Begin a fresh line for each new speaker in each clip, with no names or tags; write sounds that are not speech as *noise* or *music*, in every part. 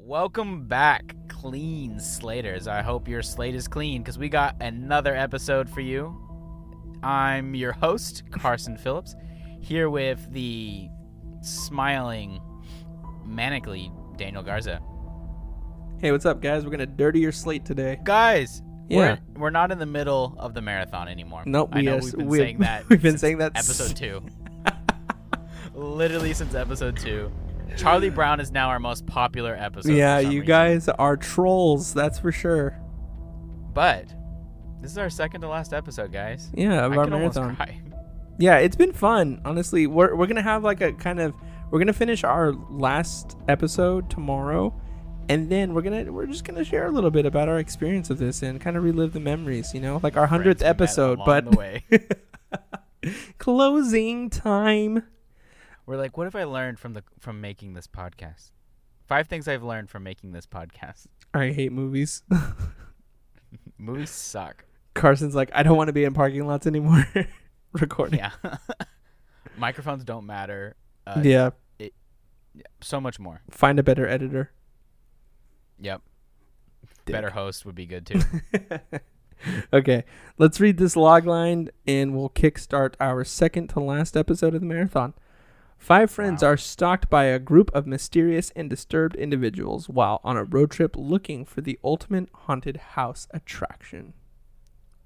Welcome back, clean slaters. I hope your slate is clean because we got another episode for you. I'm your host, Carson Phillips, here with the smiling, manically Daniel Garza.
Hey, what's up, guys? We're gonna dirty your slate today.
Guys,
Yeah.
we're, we're not in the middle of the marathon anymore.
Nope.
I know
yes,
we've been
we- *laughs*
saying that
We've been
since
saying that. s-
episode two. Literally since episode two. Charlie Brown is now our most popular episode. for
yeah,
some
you
reason.
guys are trolls. That's for sure.
But this is our second to last episode, guys.
Yeah, of
I
our
could almost
marathon.
cry. *laughs*
Yeah, it's been fun. Honestly, we're we're gonna have like a kind of we're gonna finish our last episode tomorrow, and then we're gonna we're just gonna share a little bit about our experience of this and kind of relive the memories. You know, like our hundredth
Friends we met
episode,
along
but
the way.
*laughs*
*laughs*
closing time.
we're like, what have I learned from the from making this podcast? Five things I've learned from making this podcast. *laughs*
I hate movies. *laughs*
Movies suck.
Carson's like, I don't want to be in parking lots anymore. *laughs* Recording.
Yeah. *laughs* Microphones don't matter. Uh,
yeah.
So much more.
Find a better editor.
Yep.
Dick.
Better host would be good
*laughs*
too.
okay, let's read this log line and we'll kickstart our second to last episode of the marathon. Five friends
Wow.
are stalked by a group of mysterious and disturbed individuals while on a road trip looking for the ultimate haunted house attraction.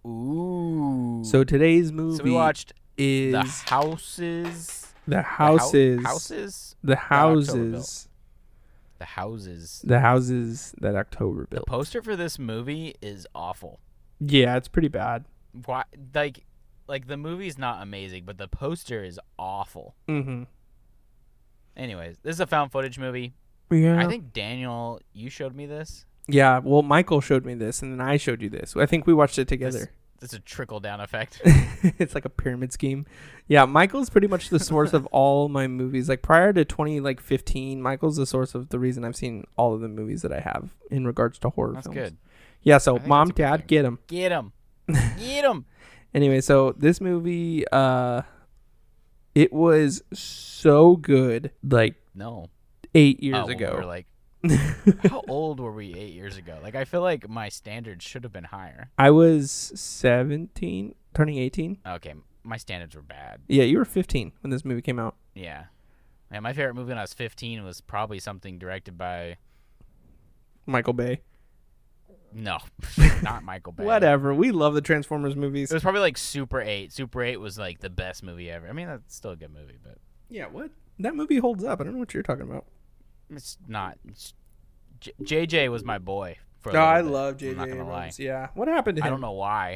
Ooh.
So today's movie
So we watched
is
the houses.
the
the hou-
houses,
houses.
the
October built.
houses,
The houses.
the houses that October
The
built.
poster for this movie is awful.
yeah, it's pretty bad.
why like like the movie's not amazing but the poster is awful
Mm-hmm.
anyways this is a found footage movie
Yeah,
i think daniel you showed me this
yeah. Well, Michael showed me this, and then I showed you this. I think we watched it together.
this is a trickle down effect
*laughs* it's like a pyramid scheme. Yeah, Michael's pretty much the source of
*laughs*
all my movies. Like prior to twenty like fifteen, Michael's the source of the reason I've seen all of the movies that I have in regards to horror
that's
films.
good
Yeah,
I
so
think
mom,
that's a good
dad,
thing.
get him.
get
*laughs*
him get him
Anyway, so this movie, uh, it was so good like
no
eight years
Oh, well, we were
ago.
like how old were we eight years ago like i feel like my standards should have been higher
*laughs* I was seventeen, turning eighteen.
okay my standards were bad
Yeah, you were fifteen when this movie came out.
yeah and my favorite movie when i was 15 was probably something directed by
Michael Bay.
no *laughs* not michael bay
Whatever. We love the Transformers movies.
It was probably like Super Eight. Super Eight was like the best movie ever. I mean, that's still a good movie, but
Yeah, what? That movie holds up. I don't know what you're talking about.
it's not. It's, J- JJ was my boy. For a
No, I
little bit.
love
I'm
JJ
not gonna lie.
Abrams. Yeah. What happened to him? *laughs*
I don't know why.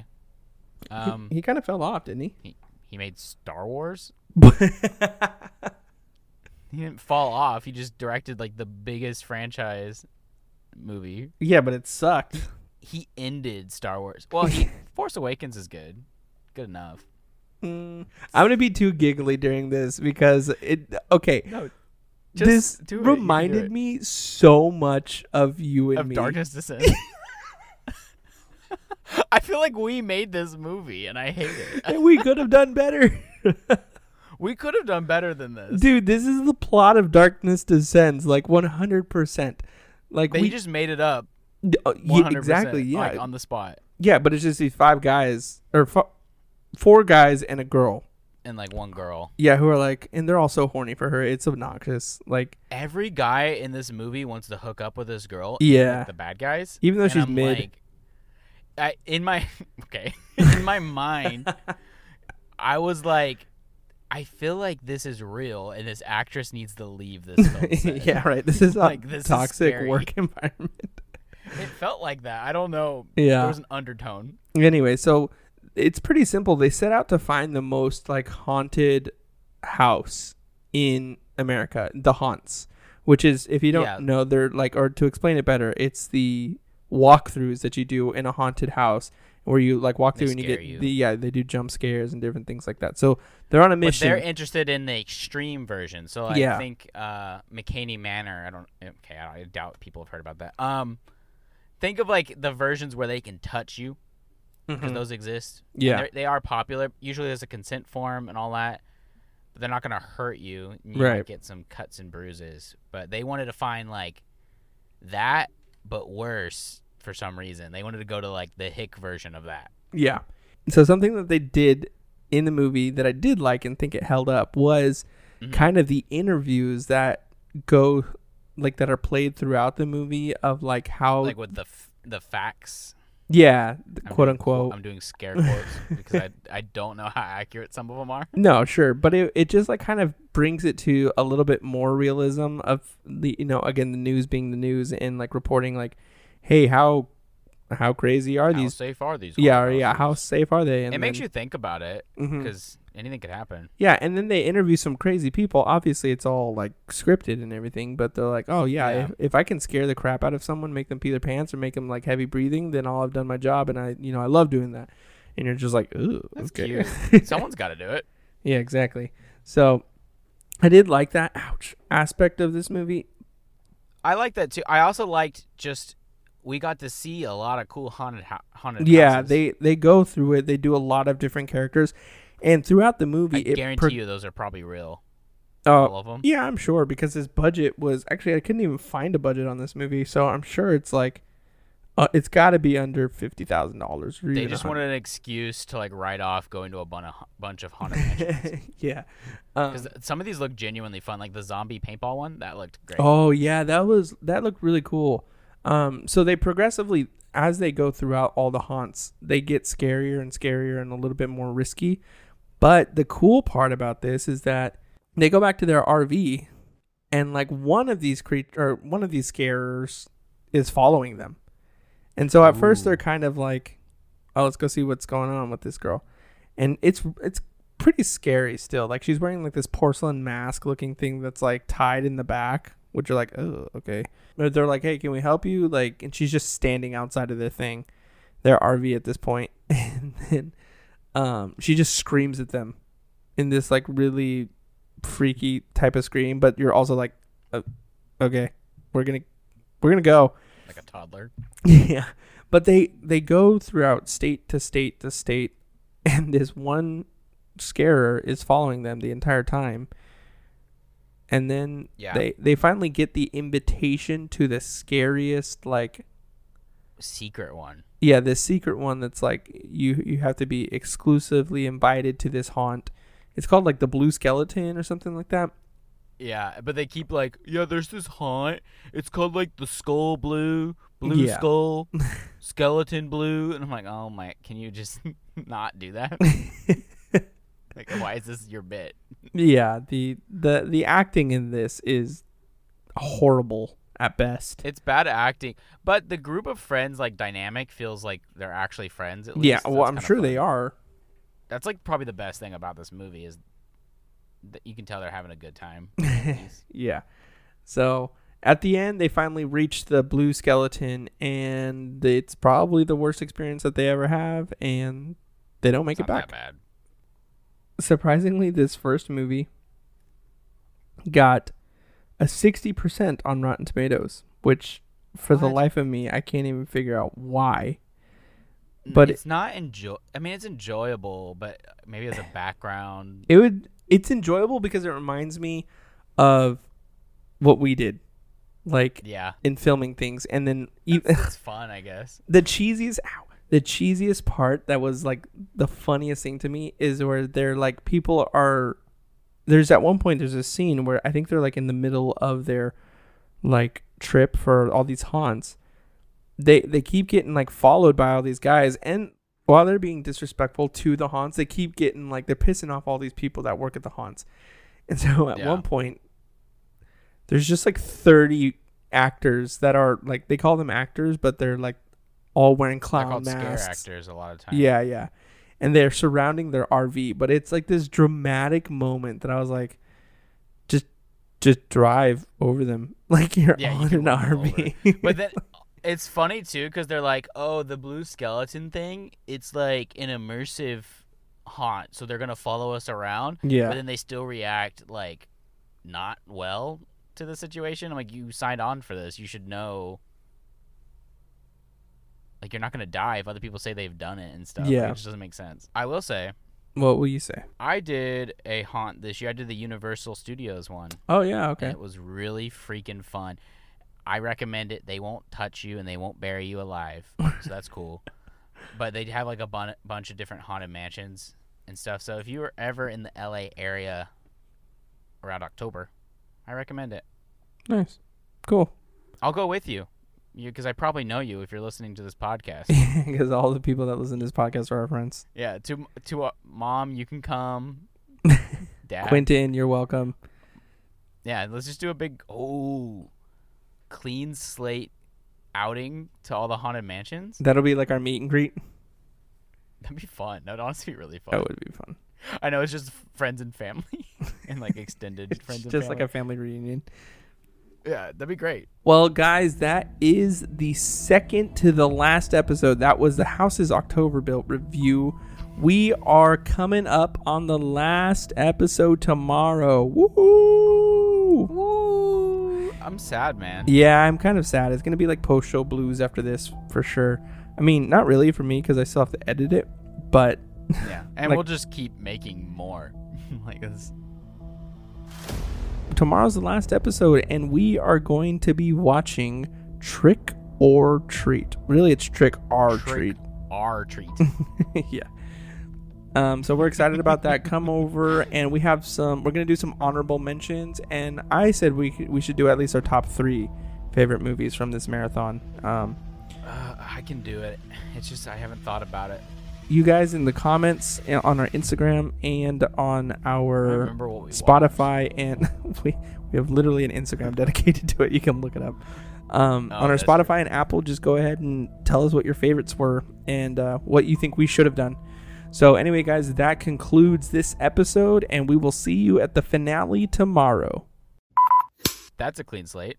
He-
Um,
he kind of fell off, didn't he?
he, he made Star Wars. He didn't fall off. He just directed like the biggest franchise movie.
yeah, but it sucked.
*laughs* He ended Star Wars. Well,
*laughs*
he, Force Awakens is good. Good enough.
Mm. I'm going to be too giggly during this because it. Okay.
No, just
This
do it. You can do
reminded
it.
me so much of you and
of
me. *laughs*
Darkness Descent. *laughs* I feel like we made this movie, and I hate it.
And we could have
*laughs*
done better.
We could have done better than
*laughs*
this.
Dude, this is the plot of Darkness Descends, like 100%. Like,
they
we.
just made it up.
d- uh, yeah,
100%,
exactly. Yeah.
like, on the spot,
Yeah, but it's just these five guys or fo- four guys and a girl.
and like one girl.
Yeah, who are like, and they're all so horny for her. It's obnoxious. Like, *laughs*
Every guy in this movie wants to hook up with this girl.
Yeah.
like the bad guys.
even though
and
she's
I'm
mid,
like- I, in my *laughs*
*laughs*
okay, in my mind, I was like, I feel like this is real, and this actress needs to leave
*laughs*
this film. set.
yeah, right. This is a
*laughs* Like, this is
toxic
scary.
work *laughs* environment.
it felt like that. I don't know. There
yeah.
was an undertone.
Anyway, so it's pretty simple. They set out to find the most like haunted house in America, the haunts, which is if you don't
Yeah.
know, they're like, or to explain it better, it's the walkthroughs that you do in a haunted house where you like walk
They
through and you
scare
get
you.
the yeah they do jump scares and different things like that. So they're on a
But
mission.
they're interested in the extreme version. So I
Yeah.
think uh, McCaney Manor. I don't. Okay, I doubt people have heard about that. Um, think of like the versions where they can touch you because
Mhm.
those exist. And
Yeah.
they're- they are popular. Usually there's a consent form and all that, but they're not gonna hurt you. and You
Right.
might get some cuts and bruises, but they wanted to find like that, but worse for some reason. They wanted to go to like the hick version of that.
Yeah. So something that they did in the movie that I did like and think it held up was
Mhm.
kind of the interviews that go like that are played throughout the movie of like how
Like with the f- the facts,
yeah, the
I'm
quote
doing-
unquote.
I'm doing scare quotes because I I don't know how accurate some of them are.
No, sure, but it, it just like kind of brings it to a little bit more realism of the you know again the news being the news and like reporting like, hey how how crazy are
How
these
safe are these?
yeah or,
horses?
yeah how safe are they
It
and Hmm. mm-hmm.
makes you think about it
you
because anything could
*laughs*
happen.
yeah and then they interview some crazy people obviously it's all like scripted and everything but they're like oh yeah,
Yeah.
If, if I can scare the crap out of someone make them pee their pants or make them like heavy breathing then I'll have done my job and I you know I love doing that and you're just like ooh
That's
okay.
cute. Someone's got to do it.
*laughs* Yeah, exactly. So I did like that ouch aspect of this movie.
I like that too. I also liked just we got to see a lot of cool haunted ho- haunted
Yeah,
houses.
they they go through it. They do a lot of different characters, and throughout the
I
movie, it
guarantee
pro-
you those are probably real.
oh
All of them.
yeah, I'm sure because his budget was actually I couldn't even find a budget on this movie, so I'm sure it's like uh, it's got to be under fifty thousand dollars.
They just wanted an excuse to like write off going to a bun- a hu- bunch of haunted mansions
*laughs* yeah. Um, *laughs*
because some of these look genuinely fun. Like the zombie paintball one that looked great.
Oh yeah, that was that looked really cool. Um, so they progressively, as they go throughout all the haunts, they get scarier and scarier and a little bit more risky. But the cool part about this is that they go back to their RV, and like one of these creatures or one of these scarers is following them, and so at first
Ooh.
they're kind of like, "Oh, let's go see what's going on with this girl," and it's it's pretty scary still. Like she's wearing like this porcelain mask looking thing that's like tied in the back, which are like, oh, okay. But they're like, hey, can we help you? Like, and she's just standing outside of the thing, their RV at this point, *laughs* and then um, she just screams at them in this like really freaky type of scream. But you're also like, "Oh, okay, we're gonna we're gonna go. *laughs*
Like a toddler.
Yeah, but they they go throughout state to state to state, *laughs* and this one scarer is following them the entire time. And then
Yeah.
they they finally get the invitation to the scariest like
Secret one.
yeah this secret one that's like you you have to be exclusively invited to this haunt. It's called like the blue skeleton or something like that.
Yeah, but they keep like, yeah, there's this haunt. It's called like the Skull Blue, Blue
Yeah. *laughs*
Skull, Skeleton Blue, and I'm like, oh my, can you just *laughs* not do
*laughs*
that? like, why is this your bit?
yeah, the the the acting in this is horrible at best.
It's bad acting, but the group of friends like dynamic feels like they're actually friends. At least.
Yeah, well, I'm sure they are.
That's like probably the best thing about this movie is that you can tell they're having a good time.
Yeah. So at the end, they finally reach the blue skeleton, and it's probably the worst experience that they ever have, and they don't make
It's
it
not that
back.
bad.
Surprisingly, this first movie got a 60% on Rotten Tomatoes, which for the
What?
life of me, I can't even figure out why.
N-
But it-
it's not enjoy. I mean, it's enjoyable, but maybe
*sighs*
as a background
It would it's enjoyable because it reminds me of what we did. Like *laughs*
Yeah,
in filming things and then e- *laughs* even
it's fun, I guess.
the cheesiest ow, the cheesiest part that was like the funniest thing to me is where they're like people are there's at one point there's a scene where I think they're like in the middle of their like trip for all these haunts. They they keep getting like followed by all these guys and while they're being disrespectful to the haunts, they keep getting like they're pissing off all these people that work at the haunts. And so at
Yeah.
one point there's just like 30 actors that are like they call them actors but they're like all wearing
They're
clown
called scare
masks.
actors a lot of times.
Yeah, yeah. And they're surrounding their RV, but it's like this dramatic moment that I was like, just, just drive over them *laughs* like you're
Yeah, you
on
can
an
run them
RV.
*laughs* *laughs* But then it's funny too because they're like, "Oh, the blue skeleton thing. It's like an immersive haunt, so they're gonna follow us around." But
*laughs* yeah,
then they still react like not well to the situation. I'm like, "You signed on for this. You should know." Like you're not gonna die if other people say they've done it and stuff. Like,
Yeah.
it just doesn't make sense. I will say,
what will you say?
I did a haunt this year. I did the Universal Studios one.
Oh yeah,
and
okay.
it was really freaking fun. I recommend it. They won't touch you and they won't bury you alive, so that's cool. But they have like a bun- bunch of different haunted mansions and stuff. So if you were ever in the LA area around October, I recommend it.
Nice. Cool. *laughs*
I'll go with you because I probably know you if you're listening to this podcast.
*laughs* Because all the people that listen to this podcast are our friends.
yeah, to to uh, mom, you can come. Dad,
Quentin, you're welcome.
yeah, let's just do a big oh clean slate outing to all the haunted mansions.
That'll be like our meet and greet.
*laughs* That'd be fun. That'd honestly be really fun.
That would be fun.
I know it's just friends and family *laughs* and like extended
*laughs* It's
friends.
just
and
like a family reunion.
a yeah, that'd be great.
Well, guys, that is the second to the last episode. That was the House's October Built review. We are coming up on the last episode tomorrow. Woohoo!
Woo! I'm sad, man.
Yeah, I'm kind of sad. It's going to be like post show blues after this for sure. I mean, not really for me because I still have to edit it, but *laughs*
Yeah, and
Like-
we'll just keep making more *laughs* like this.
tomorrow's the last episode and we are going to be watching Trick or Treat. Really, it's Trick or
Trick
Treat.
our
*laughs*
treat.
yeah. Um, so we're excited about that. Come over, and we have some. We're gonna do some honorable mentions, and I said we c- we should do at least our top three favorite movies from this marathon. Um,
Uh, I can do it. It's just I haven't thought about it.
you guys in the comments and on our Instagram and on
I
our
remember what we
Spotify, and *laughs* we we have literally an Instagram *laughs* dedicated to it. You can look it up. Um,
Oh,
on our
that's true.
Spotify and Apple, just go ahead and tell us what your favorites were and uh, what you think we should have done. So, anyway, guys, that concludes this episode, and we will see you at the finale tomorrow.
That's a clean slate.